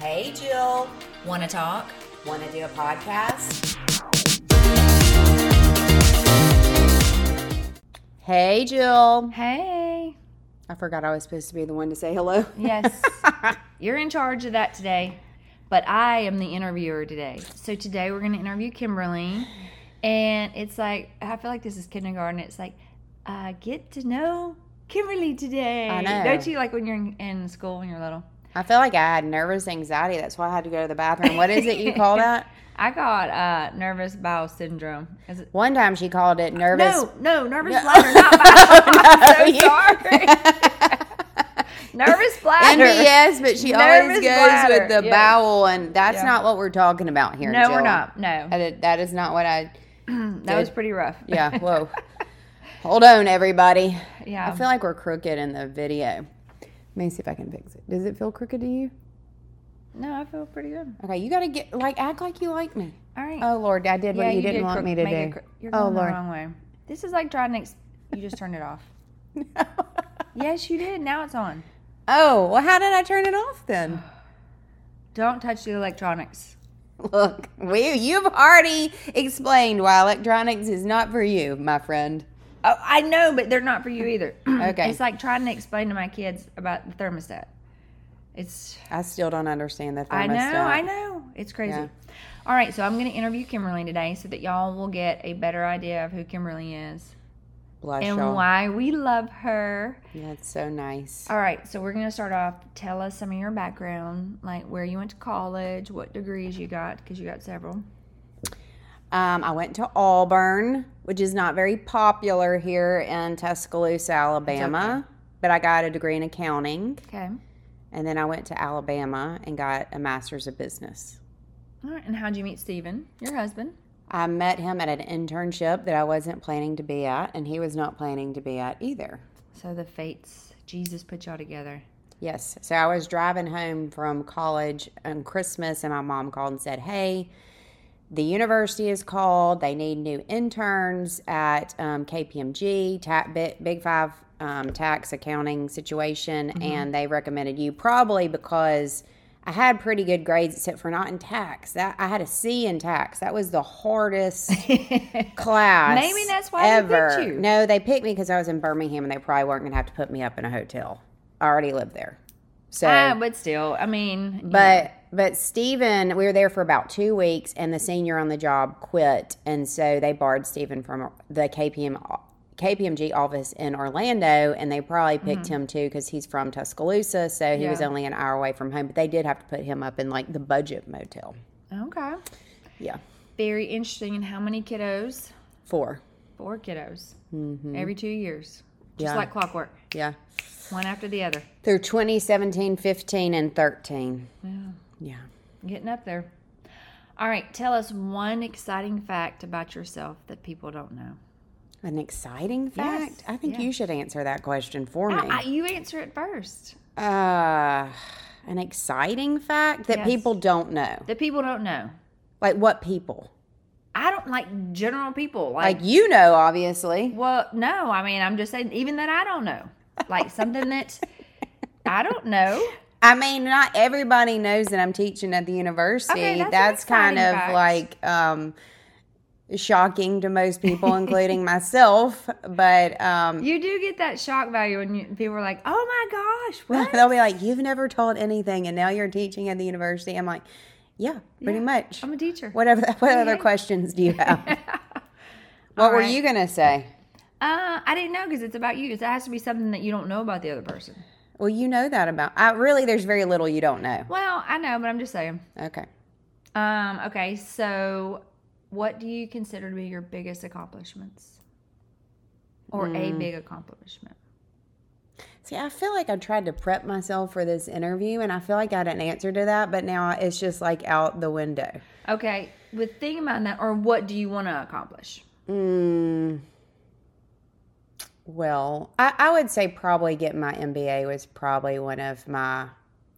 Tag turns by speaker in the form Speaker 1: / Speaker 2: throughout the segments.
Speaker 1: Hey, Jill.
Speaker 2: Want to talk?
Speaker 1: Want to do a podcast? Hey, Jill.
Speaker 2: Hey.
Speaker 1: I forgot I was supposed to be the one to say hello.
Speaker 2: Yes. You're in charge of that today, but I am the interviewer today. So today we're going to interview Kimberly. And it's like, I feel like this is kindergarten. It's like, uh, get to know Kimberly today.
Speaker 1: I know.
Speaker 2: Don't you like when you're in, in school when you're little?
Speaker 1: I feel like I had nervous anxiety. That's why I had to go to the bathroom. What is it you call that?
Speaker 2: I got uh, nervous bowel syndrome. Is it?
Speaker 1: One time she called it nervous.
Speaker 2: No, no, nervous bladder, not bowel.
Speaker 1: No,
Speaker 2: I'm so
Speaker 1: you-
Speaker 2: sorry. nervous bladder.
Speaker 1: NBS, but she always
Speaker 2: Nervous
Speaker 1: goes
Speaker 2: bladder,
Speaker 1: with the
Speaker 2: yes.
Speaker 1: bowel, and that's
Speaker 2: Yeah.
Speaker 1: not what we're talking about here.
Speaker 2: No, we're
Speaker 1: Jill.
Speaker 2: not. No.
Speaker 1: That is- that is not what I.
Speaker 2: That was pretty rough.
Speaker 1: Yeah. Whoa. Hold on, everybody.
Speaker 2: Yeah.
Speaker 1: I feel like we're crooked in the video. Let me see if I can fix it. Does it feel crooked to you?
Speaker 2: no, I feel pretty good.
Speaker 1: Okay, you gotta get like act like you like me.
Speaker 2: All right.
Speaker 1: Oh Lord, I did what you, didn't
Speaker 2: did
Speaker 1: want
Speaker 2: crook-
Speaker 1: me to
Speaker 2: make
Speaker 1: do.
Speaker 2: a cro- you're
Speaker 1: oh
Speaker 2: going the
Speaker 1: Lord.
Speaker 2: wrong way. This is like trying to. Ex- you just turned it off. Yes, you did. Now it's on.
Speaker 1: oh well, how did I turn it off then?
Speaker 2: Don't touch the electronics.
Speaker 1: Look, we you've already explained why electronics is not for you, my friend.
Speaker 2: Oh, I know, but they're not for you either.
Speaker 1: Okay.
Speaker 2: It's like trying to explain to my kids about the thermostat. It's.
Speaker 1: I still don't understand the thermostat.
Speaker 2: I know. I know. It's crazy.
Speaker 1: Yeah.
Speaker 2: All right, so I'm going to interview Kimberly today so that y'all will get a better idea of who Kimberly is
Speaker 1: Bless
Speaker 2: and
Speaker 1: y'all.
Speaker 2: why we love her.
Speaker 1: That's so nice.
Speaker 2: All right, so we're gonna start off. Tell us some of your background, like where you went to college, what degrees you got, because you got several.
Speaker 1: Um, I went to Auburn, which is not very popular here in Tuscaloosa, Alabama, but I got a degree in accounting.
Speaker 2: Okay.
Speaker 1: And then I went to Alabama and got a master's of business.
Speaker 2: All right, and how'd you meet Steven, your husband?
Speaker 1: I met him at an internship that I wasn't planning to be at, and he was not planning to be at either.
Speaker 2: So the fates, Jesus put y'all together.
Speaker 1: Yes. So I was driving home from college on Christmas, and my mom called and said, Hey, the university is called. They need new interns at um, KPMG, ta- Bi- Big Five um, tax accounting situation. And they recommended you probably because I had pretty good grades, except for not in tax. That I had a C in tax. That was the hardest class.
Speaker 2: Maybe that's why they picked
Speaker 1: ever.
Speaker 2: you.
Speaker 1: No, they picked me because I was in Birmingham, and they probably weren't going to have to put me up in a hotel. I already lived there, so.
Speaker 2: Ah, but still, I mean, you know,
Speaker 1: But but Stephen, we were there for about two weeks, and the senior on the job quit, and so they barred Stephen from the KPM o- KPMG office in Orlando, and they probably picked him too because he's from Tuscaloosa, so he was
Speaker 2: Mm-hmm. Yeah.
Speaker 1: only an hour away from home. But they did have to put him up in like the budget motel.
Speaker 2: okay,
Speaker 1: Yeah,
Speaker 2: very interesting. And how many kiddos?
Speaker 1: four.
Speaker 2: Four kiddos every two years, just
Speaker 1: Yeah.
Speaker 2: like clockwork,
Speaker 1: Yeah,
Speaker 2: one after the other.
Speaker 1: through 2017, 15, and 13.
Speaker 2: Yeah.
Speaker 1: Yeah.
Speaker 2: Getting up there. All right, tell us one exciting fact about yourself that people don't know.
Speaker 1: An exciting
Speaker 2: Yes,
Speaker 1: fact? I think
Speaker 2: yeah.
Speaker 1: you should answer that question for me.
Speaker 2: I, you answer it first.
Speaker 1: Uh, an exciting fact that
Speaker 2: Yes.
Speaker 1: people don't know.
Speaker 2: That people don't know.
Speaker 1: Like what people?
Speaker 2: I don't like general people. Like,
Speaker 1: Like you know, obviously.
Speaker 2: well, no, I mean, I'm just saying, even that I don't know. Like something that I don't know.
Speaker 1: I mean, not everybody knows that I'm teaching at the university.
Speaker 2: Okay, that's an
Speaker 1: kind of
Speaker 2: exciting
Speaker 1: like um, shocking to most people, including myself. But um,
Speaker 2: You do get that shock value when you, people are like, oh my gosh, what?
Speaker 1: they'll be like, "You've never told anything, and now you're teaching at the university." I'm like, "Yeah, pretty much."
Speaker 2: I'm a teacher.
Speaker 1: What Oh. other, what other questions do you have? what
Speaker 2: All
Speaker 1: were
Speaker 2: right.
Speaker 1: you gonna say?
Speaker 2: Uh, I didn't know because it's about you. It has to be something that you don't know about the other person.
Speaker 1: Well, you know that about. I really, there's very little you don't know.
Speaker 2: Well, I know, but I'm just saying.
Speaker 1: Okay.
Speaker 2: Um, okay, so what do you consider to be your biggest accomplishments? Or
Speaker 1: Hmm.
Speaker 2: a big accomplishment?
Speaker 1: See, I feel like I tried to prep myself for this interview, and I feel like I had an answer to that, but now it's just like out the window.
Speaker 2: Okay, with thinking about that, or what do you want to accomplish?
Speaker 1: Mm. Well, I, I would say probably getting my MBA was probably one of my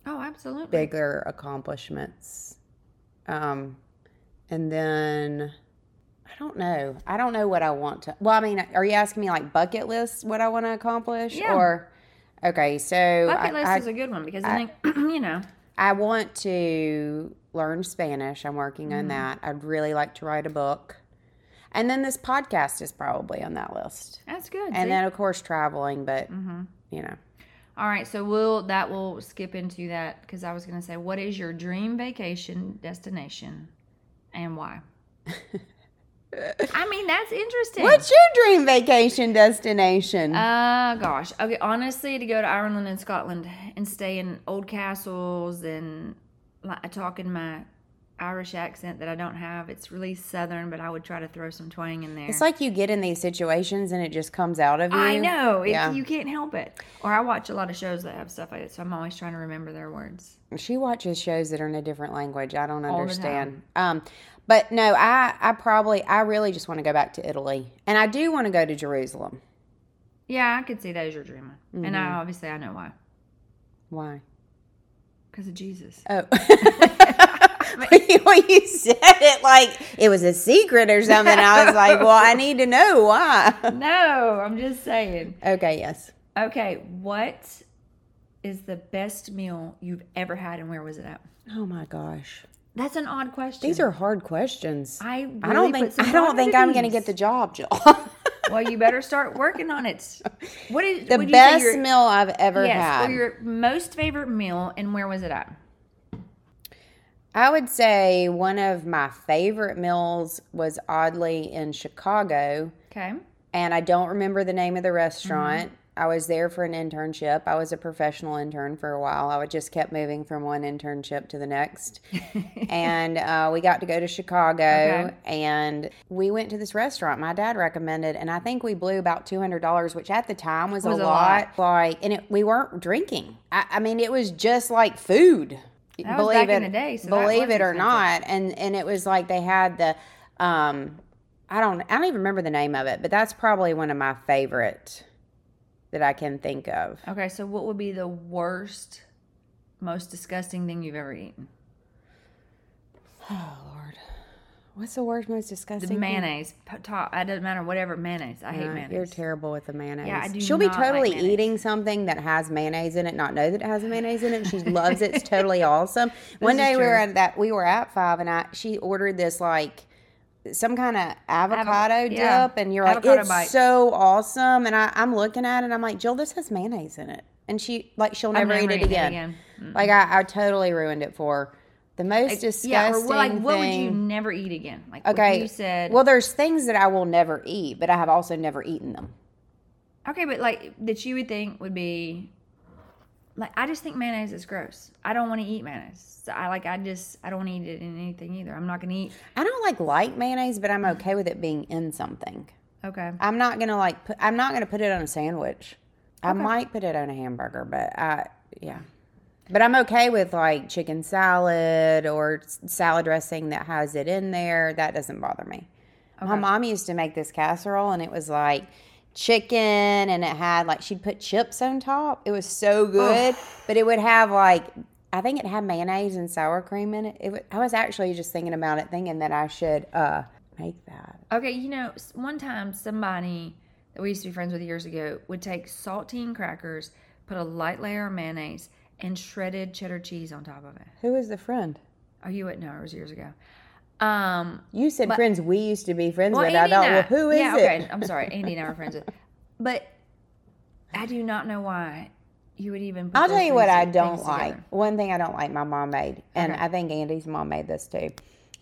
Speaker 2: Oh, absolutely.
Speaker 1: bigger accomplishments. Um, and then I don't know. I don't know what I want to. Well, I mean, are you asking me like bucket list what I want to accomplish
Speaker 2: Yeah.
Speaker 1: or? Okay, so
Speaker 2: Bucket
Speaker 1: I-
Speaker 2: list
Speaker 1: I-
Speaker 2: is a good one because I think, you know,
Speaker 1: I want to learn Spanish. I'm working
Speaker 2: Mm-hmm.
Speaker 1: on that. I'd really like to write a book. And then this podcast is probably on that list.
Speaker 2: That's good.
Speaker 1: And then, of course, traveling, but,
Speaker 2: mm-hmm.
Speaker 1: you know,
Speaker 2: All right, so we'll that will skip into that because I was going to say, what is your dream vacation destination, and why? I mean, that's interesting.
Speaker 1: What's your dream vacation destination?
Speaker 2: Uh, gosh. Okay, honestly, to go to Ireland and Scotland and stay in old castles and like I talk in my Irish accent that I don't have. It's really southern, but I would try to throw some twang in there.
Speaker 1: it's like you get in these situations and it just comes out of you.
Speaker 2: I know. It,
Speaker 1: Yeah.
Speaker 2: You can't help it. Or I watch a lot of shows that have stuff like that, so I'm always trying to remember their words.
Speaker 1: She watches shows that are in a different language. I don't
Speaker 2: All the
Speaker 1: understand. Um, but no, I, I probably, I really just want to go back to Italy. And I do want to go to Jerusalem.
Speaker 2: Yeah, I could see that as your dream one. And
Speaker 1: Mm-hmm.
Speaker 2: I obviously I know why.
Speaker 1: Why?
Speaker 2: Because of Jesus.
Speaker 1: Oh. when you said it like it was a secret or something, I was like, well, I need to know why.
Speaker 2: No, I'm just saying.
Speaker 1: Okay, yes.
Speaker 2: Okay, what is the best meal you've ever had and where was it at?
Speaker 1: Oh my gosh.
Speaker 2: That's an odd question.
Speaker 1: These are hard questions.
Speaker 2: I, really
Speaker 1: I don't
Speaker 2: put
Speaker 1: think
Speaker 2: some
Speaker 1: I don't
Speaker 2: thought
Speaker 1: think
Speaker 2: into
Speaker 1: I'm going to
Speaker 2: these.
Speaker 1: get the job, Jill.
Speaker 2: well, you better start working on it. What is
Speaker 1: the
Speaker 2: would you say
Speaker 1: best
Speaker 2: your-
Speaker 1: meal I've ever
Speaker 2: yes,
Speaker 1: had.
Speaker 2: or your most favorite meal and where was it at?
Speaker 1: I would say one of my favorite meals was oddly in Chicago,
Speaker 2: Okay.
Speaker 1: and I don't remember the name of the restaurant.
Speaker 2: Mm-hmm.
Speaker 1: I was there for an internship. I was a professional intern for a while. I would just kept moving from one internship to the next. and uh, we got to go to Chicago
Speaker 2: Okay.
Speaker 1: and we went to this restaurant my dad recommended. And I think we blew about $200, which at the time was,
Speaker 2: Was
Speaker 1: a,
Speaker 2: a
Speaker 1: lot. Like, and it, we weren't drinking. I, I mean, it was just like food.
Speaker 2: That was back in the day, so that
Speaker 1: believe
Speaker 2: was
Speaker 1: it or
Speaker 2: expensive.
Speaker 1: not. And, and it was like they had the, um, I don't I don't even remember the name of it, but that's probably one of my favorite that I can think of.
Speaker 2: Okay, so what would be the worst, most disgusting thing you've ever eaten?
Speaker 1: Oh Lord. What's the worst most disgusting?
Speaker 2: The
Speaker 1: thing?
Speaker 2: mayonnaise. po- Top. It doesn't matter. Whatever mayonnaise. I hate
Speaker 1: Uh,
Speaker 2: mayonnaise.
Speaker 1: You're terrible with the mayonnaise.
Speaker 2: Yeah, I do
Speaker 1: She'll
Speaker 2: not
Speaker 1: be
Speaker 2: like
Speaker 1: totally
Speaker 2: mayonnaise.
Speaker 1: eating something that has mayonnaise in it, not know that it has mayonnaise in it. She loves it. It's totally awesome. One
Speaker 2: This is
Speaker 1: day we were
Speaker 2: true.
Speaker 1: at that we were at five and I she ordered this like some kind of avocado dip
Speaker 2: yeah.
Speaker 1: and you're
Speaker 2: Avocado
Speaker 1: like it's
Speaker 2: bites.
Speaker 1: so awesome and I, I'm looking at it and I'm like, Jill, this has mayonnaise in it. And she like she'll
Speaker 2: I've
Speaker 1: never, eat it
Speaker 2: eaten
Speaker 1: again. Like I, I totally ruined it for her. the most disgusting
Speaker 2: Yeah, or what, like what would
Speaker 1: thing.
Speaker 2: you never eat again? Like what
Speaker 1: okay,
Speaker 2: you said.
Speaker 1: Well, there's things that I will never eat, but I have also never eaten them.
Speaker 2: okay, but like that you would think would be, like I just think mayonnaise is gross. I don't want to eat mayonnaise. So I like I just I don't want to eat it in anything either. I'm not gonna eat.
Speaker 1: I don't like like mayonnaise, but I'm okay with it being in something.
Speaker 2: Okay.
Speaker 1: I'm not gonna like. Put, I'm not gonna put it on a sandwich. I might put it on a hamburger, but I yeah. But I'm okay with like chicken salad or s- salad dressing that has it in there. That doesn't bother me. My mom used to make this casserole, and it was like chicken, and it had like she'd put chips on top. It was so good, but it would have like I think it had mayonnaise and sour cream in it. it wa- I was actually just thinking about it, thinking that I should uh make that.
Speaker 2: Okay, you know, s- one time somebody that we used to be friends with years ago would take saltine crackers, put a light layer of mayonnaise, and shredded cheddar cheese on top of it.
Speaker 1: Who is the friend?
Speaker 2: Oh, you wouldn't know. It was years ago. Um,
Speaker 1: You said friends we used to be friends
Speaker 2: well,
Speaker 1: with. I
Speaker 2: Andy
Speaker 1: thought,
Speaker 2: and
Speaker 1: well,
Speaker 2: I,
Speaker 1: who is
Speaker 2: yeah,
Speaker 1: it?
Speaker 2: okay. I'm sorry, Andy and I were friends with, but I do not know why you would even. Put
Speaker 1: I'll
Speaker 2: those
Speaker 1: tell you what
Speaker 2: things-
Speaker 1: I
Speaker 2: things
Speaker 1: don't
Speaker 2: together.
Speaker 1: like. One thing I don't like my mom made, and I think Andy's mom made this too,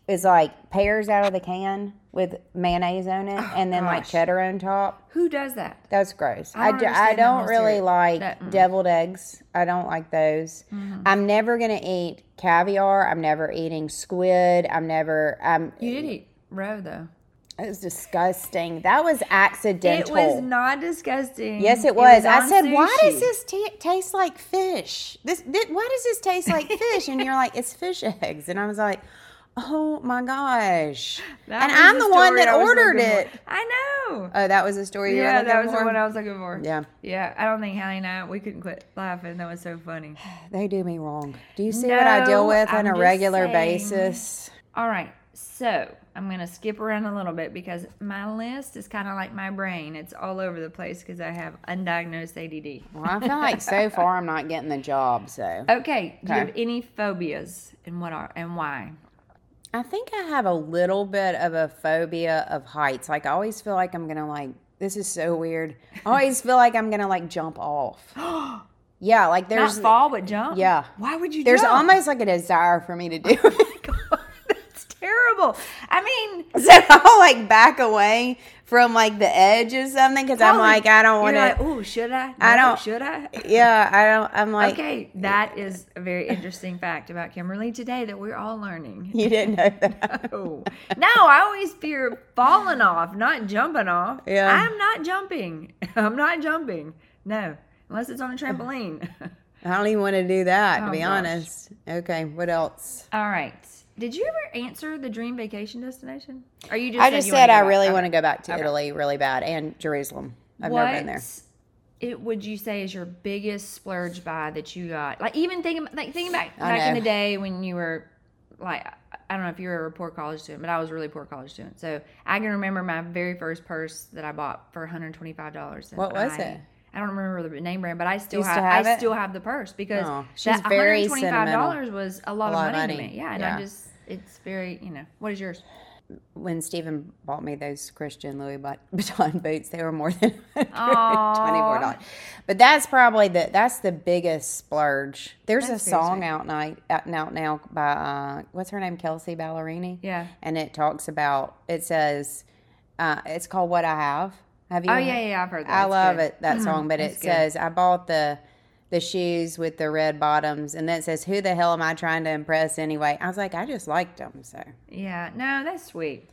Speaker 1: is like pears out of the can with mayonnaise on it, and then like
Speaker 2: Oh, gosh.
Speaker 1: cheddar on top.
Speaker 2: Who does that?
Speaker 1: That's gross.
Speaker 2: I
Speaker 1: I,
Speaker 2: don't
Speaker 1: do, I
Speaker 2: understand that
Speaker 1: don't
Speaker 2: whole
Speaker 1: really
Speaker 2: cereal-
Speaker 1: like
Speaker 2: that- mm. Mm-hmm.
Speaker 1: deviled eggs. I don't like those. I'm never gonna eat caviar. I'm never eating squid. I'm never. I'm.
Speaker 2: You did eat roe though.
Speaker 1: It was disgusting. That was accidental.
Speaker 2: It was not disgusting.
Speaker 1: Yes, it was. I
Speaker 2: on
Speaker 1: said, "Why
Speaker 2: sushi."
Speaker 1: does this ta taste like fish? This, thi- why does this taste like fish?" And you're like, "It's fish eggs," and I was like, "Oh my gosh!"
Speaker 2: That
Speaker 1: and
Speaker 2: was
Speaker 1: I'm the, one
Speaker 2: story
Speaker 1: that
Speaker 2: I was
Speaker 1: ordered
Speaker 2: looking
Speaker 1: it.
Speaker 2: for. I know.
Speaker 1: Oh, that was a story. you were
Speaker 2: Yeah, that
Speaker 1: looking
Speaker 2: was
Speaker 1: for?
Speaker 2: the one I was looking for.
Speaker 1: Yeah,
Speaker 2: Yeah, I don't think Hallie and I we couldn't quit laughing. That was so funny.
Speaker 1: they do me wrong. Do you see what I deal
Speaker 2: No,
Speaker 1: with on
Speaker 2: I'm
Speaker 1: a
Speaker 2: just saying.
Speaker 1: regular basis?
Speaker 2: All right, so I'm I'm going to skip around a little bit because my list is kind of like my brain. It's all over the place because I have undiagnosed ADD.
Speaker 1: Well, I feel like so far I'm not getting the job, so.
Speaker 2: Okay, do you
Speaker 1: Okay.
Speaker 2: have any phobias and what are and why?
Speaker 1: I think I have a little bit of a phobia of heights. Like I always feel like I'm gonna like this is so weird. I always feel like I'm gonna like jump off. yeah, like
Speaker 2: Not
Speaker 1: there's
Speaker 2: fall, but jump.
Speaker 1: yeah.
Speaker 2: Why would you?
Speaker 1: there's
Speaker 2: jump?
Speaker 1: almost like a desire for me to do it.
Speaker 2: That's terrible. I mean,
Speaker 1: So I'll like back away from like the edge or something because I'm
Speaker 2: Colin,
Speaker 1: like I don't want
Speaker 2: you're
Speaker 1: to.
Speaker 2: like, oh, should I?
Speaker 1: I
Speaker 2: No,
Speaker 1: don't-
Speaker 2: Should I?
Speaker 1: yeah, I don't. I'm like
Speaker 2: Okay, that is a very interesting fact about Kimberly today that we're all learning.
Speaker 1: you didn't know that.
Speaker 2: Oh. No, I always fear falling off, not jumping off.
Speaker 1: Yeah.
Speaker 2: I'm not jumping. I'm not jumping. No, unless it's on a trampoline.
Speaker 1: I don't even want to do that to
Speaker 2: Oh,
Speaker 1: be
Speaker 2: gosh.
Speaker 1: honest. Okay, what else?
Speaker 2: all right. Did you ever answer the dream vacation destination? Or you just
Speaker 1: I just
Speaker 2: you
Speaker 1: said
Speaker 2: wanna
Speaker 1: I
Speaker 2: go
Speaker 1: really
Speaker 2: back?
Speaker 1: want to go back to
Speaker 2: Okay.
Speaker 1: Italy really bad and Jerusalem. I've never been there.
Speaker 2: What It would you say is your biggest splurge buy that you got? Like even thinking like thinking back
Speaker 1: I
Speaker 2: back in
Speaker 1: know.
Speaker 2: the day when you were like I- I don't know if you were a poor college student, but I was a really poor college student. So I can remember my very first purse that I bought for $125. and
Speaker 1: What was
Speaker 2: I-
Speaker 1: it?
Speaker 2: I don't remember the name brand, but I still
Speaker 1: You
Speaker 2: have,
Speaker 1: still have
Speaker 2: I
Speaker 1: it?
Speaker 2: still have the purse because
Speaker 1: Oh, she's
Speaker 2: that
Speaker 1: very
Speaker 2: $125 was a lot,
Speaker 1: A
Speaker 2: of,
Speaker 1: lot of
Speaker 2: money to
Speaker 1: money.
Speaker 2: me. Yeah, and
Speaker 1: Yeah.
Speaker 2: I just it's very you know what is yours?
Speaker 1: when Stephen bought me those Christian Louis Vu- Vuitton boots, they were more than twenty-four
Speaker 2: Aw.
Speaker 1: dollars. But that's probably the that's the biggest splurge. There's
Speaker 2: That's
Speaker 1: a
Speaker 2: very
Speaker 1: song
Speaker 2: sweet.
Speaker 1: out night out now now by uh, what's her name Kelsey Ballerini,
Speaker 2: Yeah.
Speaker 1: and it talks about it says uh, it's called What I Have. Have you?
Speaker 2: Oh yeah, yeah, yeah, I've heard that.
Speaker 1: I
Speaker 2: It's
Speaker 1: love
Speaker 2: good. Mm-hmm.
Speaker 1: it that song, but it
Speaker 2: That's good.
Speaker 1: says I bought the the shoes with the red bottoms, and then it says Who the hell am I trying to impress anyway? I was like, I just liked them, so.
Speaker 2: Yeah, no, that's sweet.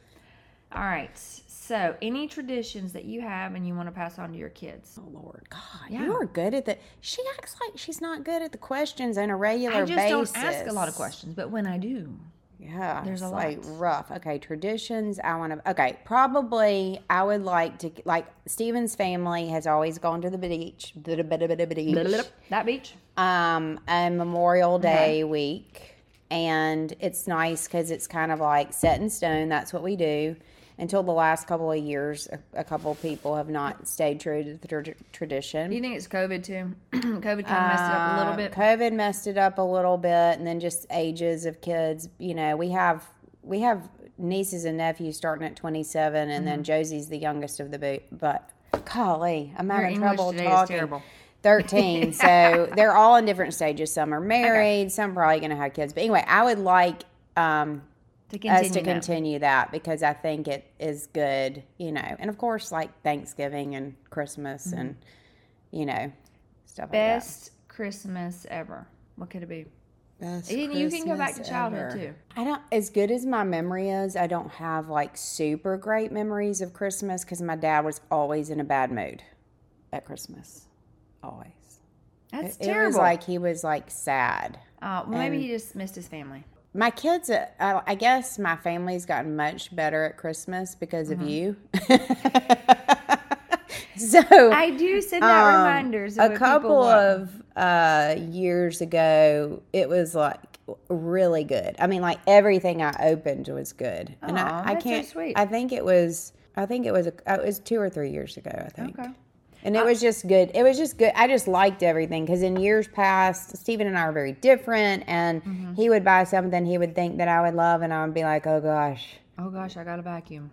Speaker 2: All right. So, any traditions that you have and you want to pass on to your kids?
Speaker 1: Oh Lord, God,
Speaker 2: Yeah.
Speaker 1: you are good at the. She acts like she's not good at the questions on a regular
Speaker 2: I just
Speaker 1: basis.
Speaker 2: don't ask a lot of questions, but when I do,
Speaker 1: Yeah,
Speaker 2: There's a
Speaker 1: it's, like
Speaker 2: lot.
Speaker 1: rough. Okay, traditions. I want to. Okay, probably I would like to like Steven's family has always gone to the beach. The beach.
Speaker 2: that beach.
Speaker 1: um, and Memorial Day week. And it's nice because it's kind of like set in stone. That's what we do. Until the last couple of years, a, a couple of people have not stayed true to the tr- tradition.
Speaker 2: Do you think it's COVID too? COVID kind of messed it up a little
Speaker 1: Uh,
Speaker 2: bit.
Speaker 1: COVID messed it up a little bit, and then just ages of kids. You know, we have we have nieces and nephews starting at 27, and
Speaker 2: Mm-hmm.
Speaker 1: then Josie's the youngest of the boot. But golly, I'm having
Speaker 2: English
Speaker 1: trouble
Speaker 2: today is
Speaker 1: talking.
Speaker 2: terrible.
Speaker 1: 13. So they're all in different stages. Some are married, some probably going to have kids. But anyway, I would like um,
Speaker 2: To continue.
Speaker 1: us to
Speaker 2: that.
Speaker 1: continue that because I think it is good, you know. And of course, like Thanksgiving and Christmas and, you know, stuff like
Speaker 2: Mm-hmm. Best Christmas ever. What could it be?
Speaker 1: that. Best
Speaker 2: And you can go back to childhood too.
Speaker 1: I don't, as good as my memory is, I don't have like super great memories of Christmas because my dad was always in a bad mood at Christmas. Always.
Speaker 2: That's
Speaker 1: it,
Speaker 2: terrible.
Speaker 1: It was like he was like sad.
Speaker 2: uh, well, maybe he just missed his family.
Speaker 1: My kids, uh, I I guess my family's gotten much better at Christmas because of you.
Speaker 2: Mm-hmm.
Speaker 1: so,
Speaker 2: I do send out
Speaker 1: um,
Speaker 2: reminders. Of
Speaker 1: a
Speaker 2: what people
Speaker 1: couple
Speaker 2: want.
Speaker 1: of uh, years ago, it was like really good. I mean, like everything I opened was good, and
Speaker 2: Aw,
Speaker 1: I, I
Speaker 2: that's so
Speaker 1: can't.
Speaker 2: sweet.
Speaker 1: I think it was. I think it was. A, it was two or three years ago. I think.
Speaker 2: Okay.
Speaker 1: And it was just good. It was just good. I just liked everything because in years past, Stephen and I are very different, and
Speaker 2: Mm-hmm.
Speaker 1: he would buy something he would think that I would love, and I would be like, "Oh gosh."
Speaker 2: Oh gosh, I got a vacuum.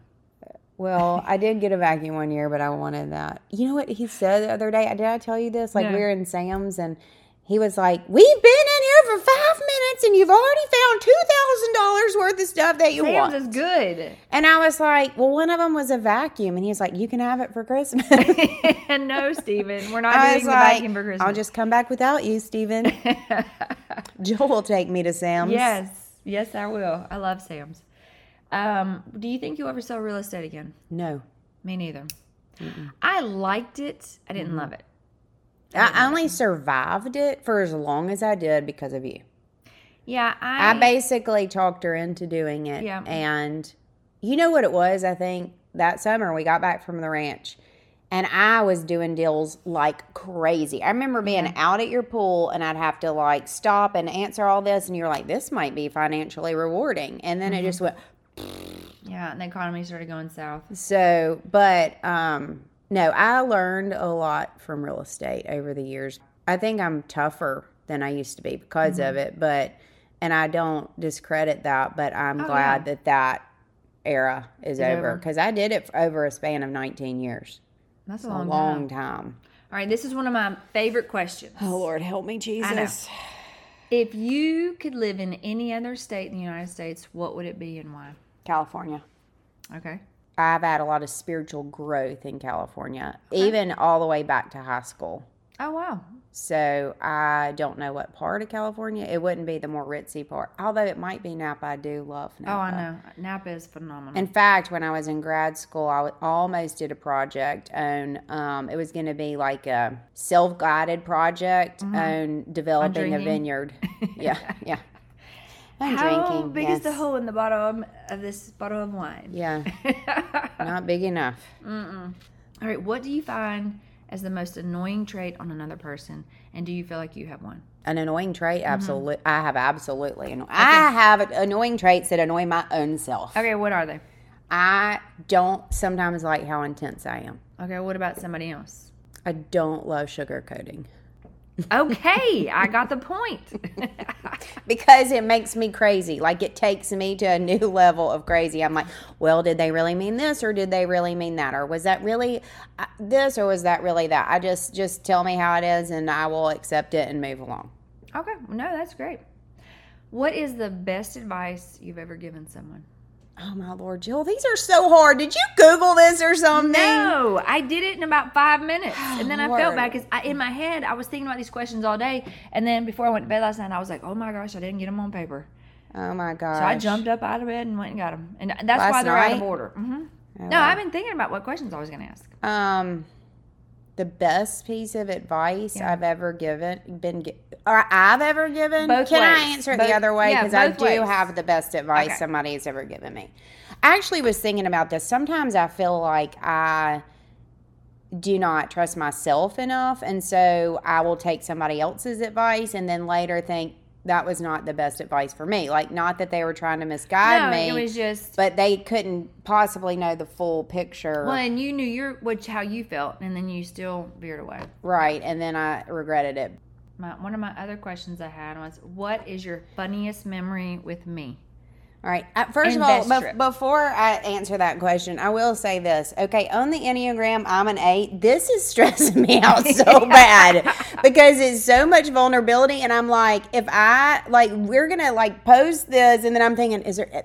Speaker 1: Well, I did get a vacuum one year, but I wanted that. You know what he said the other day? Did I tell you this? Like
Speaker 2: No.
Speaker 1: we were in Sam's, and he was like, "We've been in here for five minutes, and you've already found two thousand dollars worth of stuff that you
Speaker 2: Sam's
Speaker 1: want."
Speaker 2: is good.
Speaker 1: and I was like, "Well, one of them was a vacuum," and he's like, "You can have it for Christmas."
Speaker 2: no, Steven, we're not
Speaker 1: I was
Speaker 2: doing the
Speaker 1: like,
Speaker 2: vacuum for Christmas.
Speaker 1: I'll just come back without you, Steven. Joel will take me to Sam's.
Speaker 2: yes, yes, I will. I love Sam's. Um, do you think you'll ever sell real estate again?
Speaker 1: No.
Speaker 2: Me neither. I liked it. I
Speaker 1: Mm-hmm.
Speaker 2: didn't love it.
Speaker 1: I only survived it for as long as I did because of you.
Speaker 2: Yeah, I.
Speaker 1: I basically talked her into doing it.
Speaker 2: Yeah.
Speaker 1: And you know what it was, I think, that summer we got back from the ranch and I was doing deals like crazy. I remember being out at your pool and I'd have to like stop and answer all this and you're like, this might be financially rewarding. And then it just went
Speaker 2: Yeah, and the economy started going south.
Speaker 1: So, but um, no, I learned a lot from real estate over the years. I think I'm tougher than I used to be because of it, but and I don't discredit that, but I'm
Speaker 2: Oh,
Speaker 1: glad
Speaker 2: yeah.
Speaker 1: that that era is
Speaker 2: Is
Speaker 1: over
Speaker 2: over.
Speaker 1: because I did it for over a span of 19 years.
Speaker 2: That's a
Speaker 1: A
Speaker 2: long,
Speaker 1: long,
Speaker 2: time.
Speaker 1: time. Oh,
Speaker 2: All right, this is one of my favorite questions.
Speaker 1: Lord, help me,
Speaker 2: Jesus. If you could live in any other state in the United States, what would it be and why?
Speaker 1: California.
Speaker 2: Okay.
Speaker 1: I've had a lot of spiritual growth in California, even all the way back to high school.
Speaker 2: Oh wow.
Speaker 1: So I don't know what part of California. It wouldn't be the more ritzy part, although it might be Napa. I do love Napa.
Speaker 2: Oh, I know. Napa is phenomenal.
Speaker 1: In fact, when I was in grad school, I w- almost did a project on. Um, it was going to be like a self-guided project on developing a
Speaker 2: Mm-hmm. drinking.
Speaker 1: vineyard. yeah, yeah. And
Speaker 2: How
Speaker 1: drinking.
Speaker 2: big is the
Speaker 1: yes.
Speaker 2: hole in the bottom of this bottle of wine?
Speaker 1: Yeah, not big enough.
Speaker 2: All right. What do you find as the most annoying trait on another person, and do you feel like you have one?
Speaker 1: An annoying trait,
Speaker 2: Mm-hmm.
Speaker 1: absolutely. I have absolutely. Anno- I have annoying traits that annoy my own self.
Speaker 2: Okay. What are they?
Speaker 1: I don't sometimes like how intense I am.
Speaker 2: Okay. What about somebody else?
Speaker 1: I don't love sugarcoating
Speaker 2: Okay. I got the point.
Speaker 1: because it makes me crazy. Like it takes me to a new level of crazy. I'm like, well, did they really mean this or did they really mean that or was that really uh, this or was that really that? I just just tell me how it is and I will accept it and move along.
Speaker 2: okay. No, that's great. What is the best advice you've ever given someone?
Speaker 1: Oh my lord, Jill, these are so hard. Did you Google this or something?
Speaker 2: No, I did it in about five minutes, and then I felt
Speaker 1: Lord.
Speaker 2: bad because in my head I was thinking about these questions all day, and then before I went to bed last night, I was like, "Oh my gosh, I didn't get them on paper."
Speaker 1: Oh my gosh.
Speaker 2: So I jumped up out of bed and went and got them, and that's why
Speaker 1: Last
Speaker 2: they're out of
Speaker 1: night?
Speaker 2: order. hmm
Speaker 1: Oh,
Speaker 2: No,
Speaker 1: wow.
Speaker 2: I've been thinking about what questions I was going to ask.
Speaker 1: Um, the best piece of advice
Speaker 2: Yeah.
Speaker 1: I've ever given, been, gi- or I've ever given.
Speaker 2: Both
Speaker 1: Can I
Speaker 2: ways.
Speaker 1: answer it
Speaker 2: Both-
Speaker 1: the other way?
Speaker 2: yeah,
Speaker 1: Because I
Speaker 2: both
Speaker 1: do
Speaker 2: ways.
Speaker 1: have the best advice
Speaker 2: Okay.
Speaker 1: somebody has ever given me. I actually was thinking about this. Sometimes I feel like I do not trust myself enough, and so I will take somebody else's advice, and then later think that was not the best advice for me. Like, not that they were trying to misguide
Speaker 2: no,
Speaker 1: me,
Speaker 2: it was just
Speaker 1: but they couldn't possibly know the full picture.
Speaker 2: well, and you knew your which how you felt, and then you still veered away.
Speaker 1: Right, and then I regretted it.
Speaker 2: My, one of my other questions I had was, "What is your funniest memory with me?"
Speaker 1: All right. Uh, First
Speaker 2: And
Speaker 1: of
Speaker 2: best
Speaker 1: all,
Speaker 2: trip.
Speaker 1: bef- before I answer that question, I will say this. Okay, on the Enneagram, I'm an eight. This is stressing me out so bad because it's so much vulnerability, and I'm like, if I like, we're gonna like post this, and then I'm thinking, is there?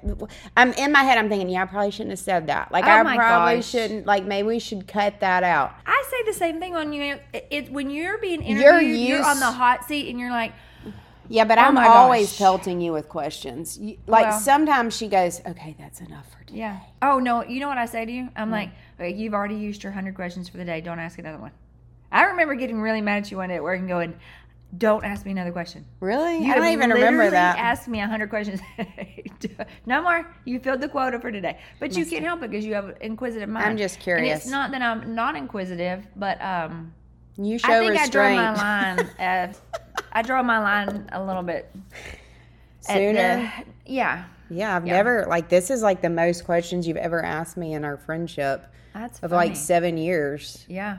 Speaker 1: I'm in my head, I'm thinking, yeah, I probably shouldn't have said that. Like,
Speaker 2: Oh
Speaker 1: I
Speaker 2: my
Speaker 1: probably
Speaker 2: gosh.
Speaker 1: shouldn't. Like, maybe we should cut that out.
Speaker 2: I say the same thing when you it, it when you're being
Speaker 1: You're
Speaker 2: interviewed, you're,
Speaker 1: used-
Speaker 2: on the hot seat and you're like,
Speaker 1: Yeah, but I'm
Speaker 2: Oh my
Speaker 1: always
Speaker 2: gosh.
Speaker 1: pelting you with questions. You, like
Speaker 2: Well-
Speaker 1: sometimes she goes, okay, that's enough for today.
Speaker 2: yeah. Oh no, you know what I say to you? I'm like, okay, you've already used your hundred questions for the day. Don't ask another one. I remember getting really mad at you one day at work and going, "Don't ask me another question."
Speaker 1: Really?
Speaker 2: You
Speaker 1: I don't
Speaker 2: have
Speaker 1: even remember
Speaker 2: literally
Speaker 1: that.
Speaker 2: Asked me hundred questions. no more. You filled the quota for today, but you can't help it because you have an inquisitive mind.
Speaker 1: I'm just
Speaker 2: And it's
Speaker 1: curious.
Speaker 2: not that I'm not inquisitive, but um,
Speaker 1: you show
Speaker 2: I think
Speaker 1: restraint.
Speaker 2: I draw my line. At, I draw my line a little bit at the-
Speaker 1: Sooner.
Speaker 2: yeah,
Speaker 1: yeah, I've never like this is like the most questions you've ever asked me in our friendship
Speaker 2: that's
Speaker 1: of
Speaker 2: funny.
Speaker 1: like seven years.
Speaker 2: yeah.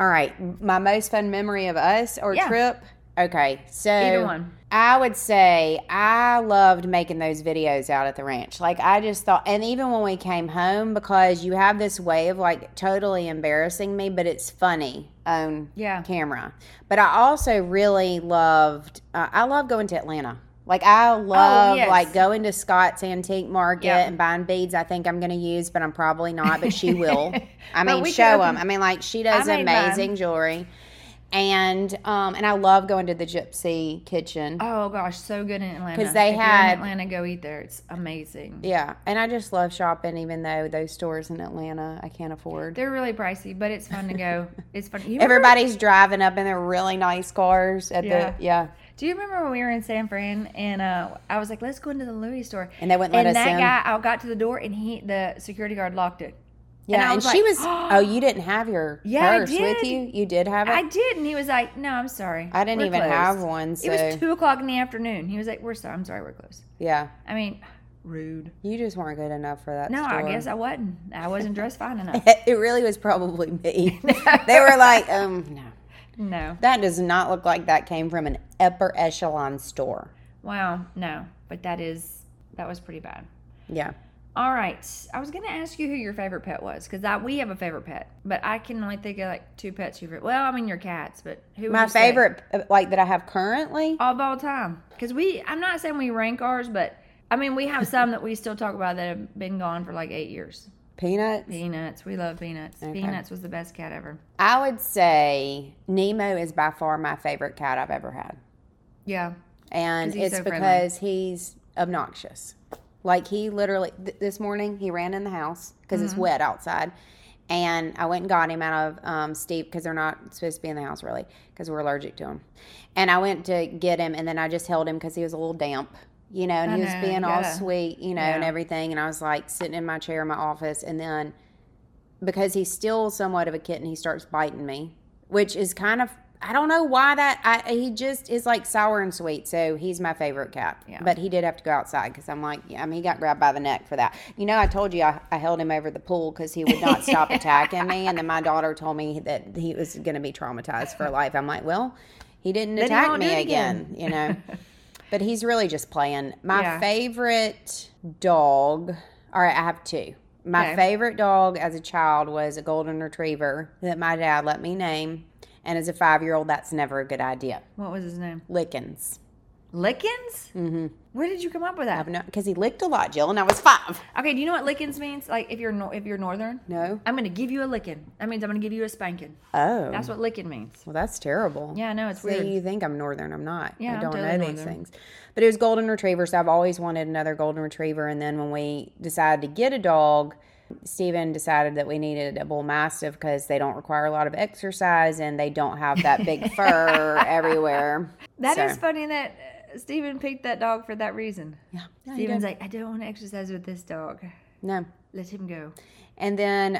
Speaker 1: All right, my most fun memory of us or
Speaker 2: Yeah.
Speaker 1: trip. Okay, so
Speaker 2: Either one.
Speaker 1: I would say I loved making those videos out at the ranch. Like I just thought, and even when we came home, because you have this way of like totally embarrassing me, but it's funny on
Speaker 2: Yeah.
Speaker 1: camera. But I also really loved. Uh, I love going to Atlanta. Like I love
Speaker 2: yes.
Speaker 1: like going to Scott's Antique Market
Speaker 2: Yeah.
Speaker 1: and buying beads. I think I'm going to use, but I'm probably not. But she will. I
Speaker 2: But
Speaker 1: mean,
Speaker 2: we could
Speaker 1: show
Speaker 2: open-
Speaker 1: them. I mean, like she does
Speaker 2: made mine.
Speaker 1: amazing jewelry, and um, and I love going to the Gypsy Kitchen.
Speaker 2: Oh gosh, so good in Atlanta.
Speaker 1: 'Cause they
Speaker 2: If you're
Speaker 1: had-
Speaker 2: in Atlanta. Go eat there. It's amazing.
Speaker 1: Yeah, and I just love shopping, even though those stores in Atlanta I can't afford.
Speaker 2: They're really pricey, but it's fun to go. It's fun. You remember-
Speaker 1: Everybody's driving up in their really nice cars at
Speaker 2: Yeah.
Speaker 1: the yeah,
Speaker 2: do you remember when we were in San Fran and uh, I was like, let's go into the Louis store.
Speaker 1: and they wouldn't let
Speaker 2: And
Speaker 1: us
Speaker 2: that
Speaker 1: in.
Speaker 2: guy, I got to the door and he, the security guard locked it.
Speaker 1: yeah,
Speaker 2: and
Speaker 1: and,
Speaker 2: I was
Speaker 1: she
Speaker 2: like,
Speaker 1: was. oh, you didn't have your
Speaker 2: Yeah, I
Speaker 1: purse with
Speaker 2: did.
Speaker 1: you. You did have it.
Speaker 2: I did, and he was like, "No, I'm sorry.
Speaker 1: I, didn't
Speaker 2: We're
Speaker 1: even
Speaker 2: closed."
Speaker 1: have one. So
Speaker 2: It was two o'clock in the afternoon. He was like, "We're sorry. I'm sorry. We're closed."
Speaker 1: yeah,
Speaker 2: I mean, rude.
Speaker 1: You just weren't good enough for that.
Speaker 2: No, I
Speaker 1: store.
Speaker 2: guess I wasn't. I wasn't dressed fine enough.
Speaker 1: it really was probably me. they were like, um, no,
Speaker 2: No.
Speaker 1: that does not look like that came from an upper echelon store.
Speaker 2: Wow. No. But that is that was pretty bad.
Speaker 1: Yeah.
Speaker 2: All right. I was gonna ask you who your favorite pet was because we have a favorite pet, but I can only think of like two pets you've. Well, I mean your cats, but who? would
Speaker 1: My
Speaker 2: you say-
Speaker 1: favorite, uh, like that I have currently.
Speaker 2: of all time because we. I'm not saying we rank ours, but I mean we have some that we still talk about that have been gone for like eight years.
Speaker 1: Peanuts.
Speaker 2: Peanuts. We love Peanuts. Peanuts was the best cat ever.
Speaker 1: I would say Nemo is by far my favorite cat I've ever had.
Speaker 2: Yeah.
Speaker 1: And
Speaker 2: 'Cause he's
Speaker 1: it's
Speaker 2: so friendly.
Speaker 1: because he's obnoxious. Like he literally th- this morning he ran in the house because it's
Speaker 2: Mm-hmm.
Speaker 1: wet outside, and I went and got him out of um, Steve because they're not supposed to be in the house really because we're allergic to him. And I went to get him, and then I just held him because he was a little damp, you know, and
Speaker 2: I
Speaker 1: he was
Speaker 2: know,
Speaker 1: being
Speaker 2: you
Speaker 1: all
Speaker 2: gotta-
Speaker 1: sweet, you know, and
Speaker 2: Yeah.
Speaker 1: everything. And I was like sitting in my chair in my office, and then because he's still somewhat of a kitten, he starts biting me, which is kind of I don't know why that I he just is like sour and sweet. So he's my favorite cat.
Speaker 2: Yeah.
Speaker 1: But he did have to go outside because I'm like, I mean, he got grabbed by the neck for that. You know, I told you I, I held him over the pool because he would not stop attacking me, and then my daughter told me that he was going to be traumatized for life. I'm like, well, he didn't
Speaker 2: Then he
Speaker 1: attack
Speaker 2: won't do
Speaker 1: me
Speaker 2: it
Speaker 1: again, you know. But he's really just playing. My
Speaker 2: Yeah.
Speaker 1: favorite dog. All right, I have two. My
Speaker 2: Okay.
Speaker 1: favorite dog as a child was a golden retriever that my dad let me name. And as a five year old, that's never a good idea.
Speaker 2: What was his name?
Speaker 1: Lickens.
Speaker 2: Lickens. Mm-hmm. Where did you come up with that?
Speaker 1: Because he licked a lot, Jill, and I was five.
Speaker 2: Okay, do you know what lickens means? Like if you're nor- if you're northern,
Speaker 1: No.
Speaker 2: I'm gonna give you a licking. That means I'm gonna give you a spanking.
Speaker 1: Oh.
Speaker 2: That's what licking means.
Speaker 1: well, that's terrible.
Speaker 2: Yeah, I know it's
Speaker 1: So
Speaker 2: weird.
Speaker 1: you think I'm northern? I'm not.
Speaker 2: Yeah,
Speaker 1: I
Speaker 2: I'm
Speaker 1: don't know
Speaker 2: totally
Speaker 1: these
Speaker 2: northern.
Speaker 1: things. But it was golden retriever, so I've always wanted another golden retriever. And then when we decided to get a dog, Steven decided that we needed a bull mastiff because they don't require a lot of exercise and they don't have that big fur everywhere.
Speaker 2: That is
Speaker 1: So-
Speaker 2: funny that uh, Stephen picked that dog for that reason.
Speaker 1: Yeah. No, you
Speaker 2: Stephen's
Speaker 1: don't-
Speaker 2: like, I don't want to exercise with this dog.
Speaker 1: no.
Speaker 2: Let him go.
Speaker 1: And then,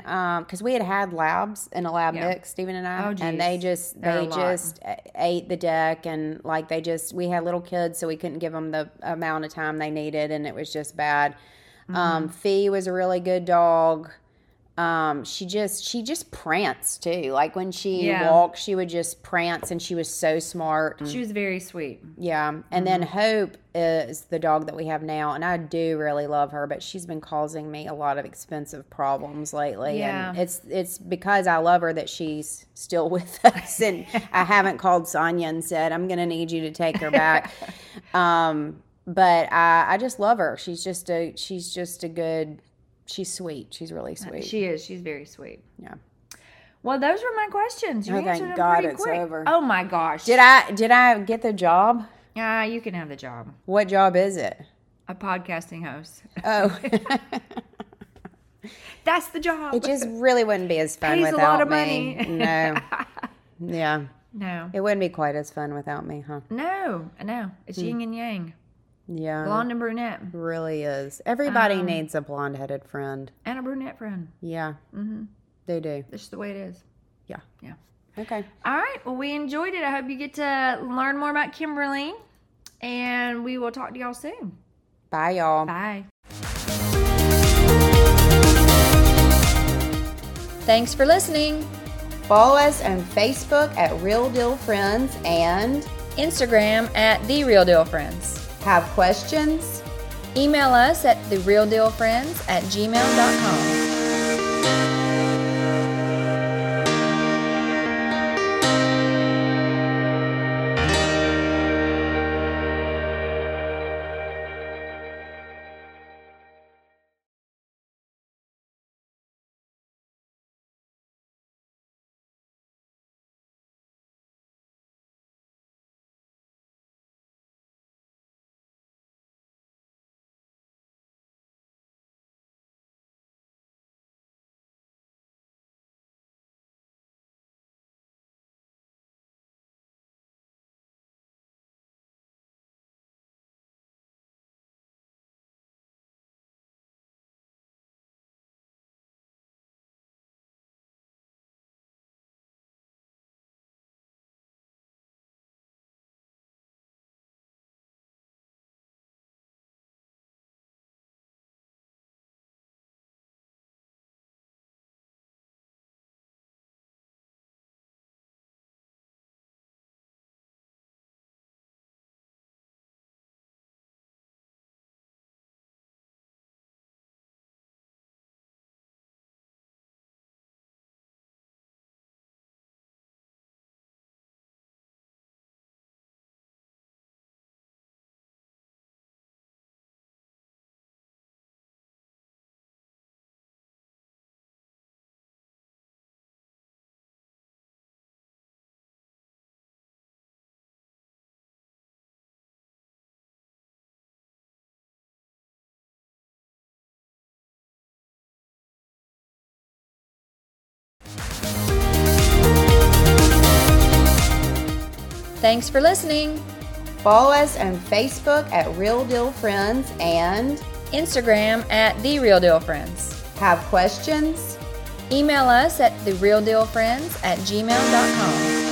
Speaker 1: because we had had labs in a lab
Speaker 2: Yeah.
Speaker 1: mix, Stephen and I,
Speaker 2: Oh,
Speaker 1: and they
Speaker 2: geez.
Speaker 1: just
Speaker 2: They're
Speaker 1: they
Speaker 2: a lot.
Speaker 1: just a- ate the deck, and like they just we had little kids, so we couldn't give them the amount of time they needed, and it was just bad.
Speaker 2: Mm-hmm.
Speaker 1: Um, Fee was a really good dog. Um, she just she just pranced too. Like when she
Speaker 2: Yeah.
Speaker 1: walked, she would just prance, and she was so smart.
Speaker 2: She was very sweet.
Speaker 1: Yeah. And then
Speaker 2: Mm-hmm.
Speaker 1: Hope is the dog that we have now. And I do really love her, but she's been causing me a lot of expensive problems lately. And
Speaker 2: Yeah.
Speaker 1: it's it's because I love her that she's still with us. And I haven't called Sonia and said, I'm gonna need you to take her back. um, but I, I just love her. She's just a she's just a good she's sweet. She's really sweet.
Speaker 2: Uh, She is. She's very sweet.
Speaker 1: yeah.
Speaker 2: Well, those were my questions. You
Speaker 1: Oh,
Speaker 2: answered
Speaker 1: thank
Speaker 2: them
Speaker 1: God
Speaker 2: pretty
Speaker 1: it's
Speaker 2: quick.
Speaker 1: over.
Speaker 2: Oh my gosh.
Speaker 1: Did I did I get the job?
Speaker 2: Ah, you can have the job.
Speaker 1: What job is it?
Speaker 2: A podcasting host.
Speaker 1: Oh,
Speaker 2: That's the job.
Speaker 1: It just really wouldn't be as fun
Speaker 2: Pays a
Speaker 1: without
Speaker 2: lot of
Speaker 1: me.
Speaker 2: money.
Speaker 1: No. yeah.
Speaker 2: no.
Speaker 1: It wouldn't be quite as fun without me, huh?
Speaker 2: No, I know. It's
Speaker 1: Hmm.
Speaker 2: yin and yang.
Speaker 1: Yeah.
Speaker 2: Blonde and brunette.
Speaker 1: It really is. Everybody
Speaker 2: Um,
Speaker 1: needs a blonde headed friend.
Speaker 2: And a brunette friend.
Speaker 1: Yeah.
Speaker 2: Mm-hmm.
Speaker 1: They do.
Speaker 2: That's just the way it is.
Speaker 1: Yeah.
Speaker 2: Yeah.
Speaker 1: Okay.
Speaker 2: All right. Well, we enjoyed it. I hope you get to learn more about Kimberly. And we will talk to y'all soon.
Speaker 1: Bye, y'all.
Speaker 2: Bye.
Speaker 3: Thanks for listening.
Speaker 1: Follow us on Facebook at Real Deal Friends and
Speaker 3: Instagram at The Real Deal Friends.
Speaker 1: have questions.
Speaker 3: Email us at TheRealDealFriends at gmail.com.
Speaker 2: Thanks for listening.
Speaker 1: Follow us on Facebook at Real Deal Friends and
Speaker 2: Instagram at The Real Deal Friends.
Speaker 1: have questions?
Speaker 2: Email us at therealdealfriends at gmail.com.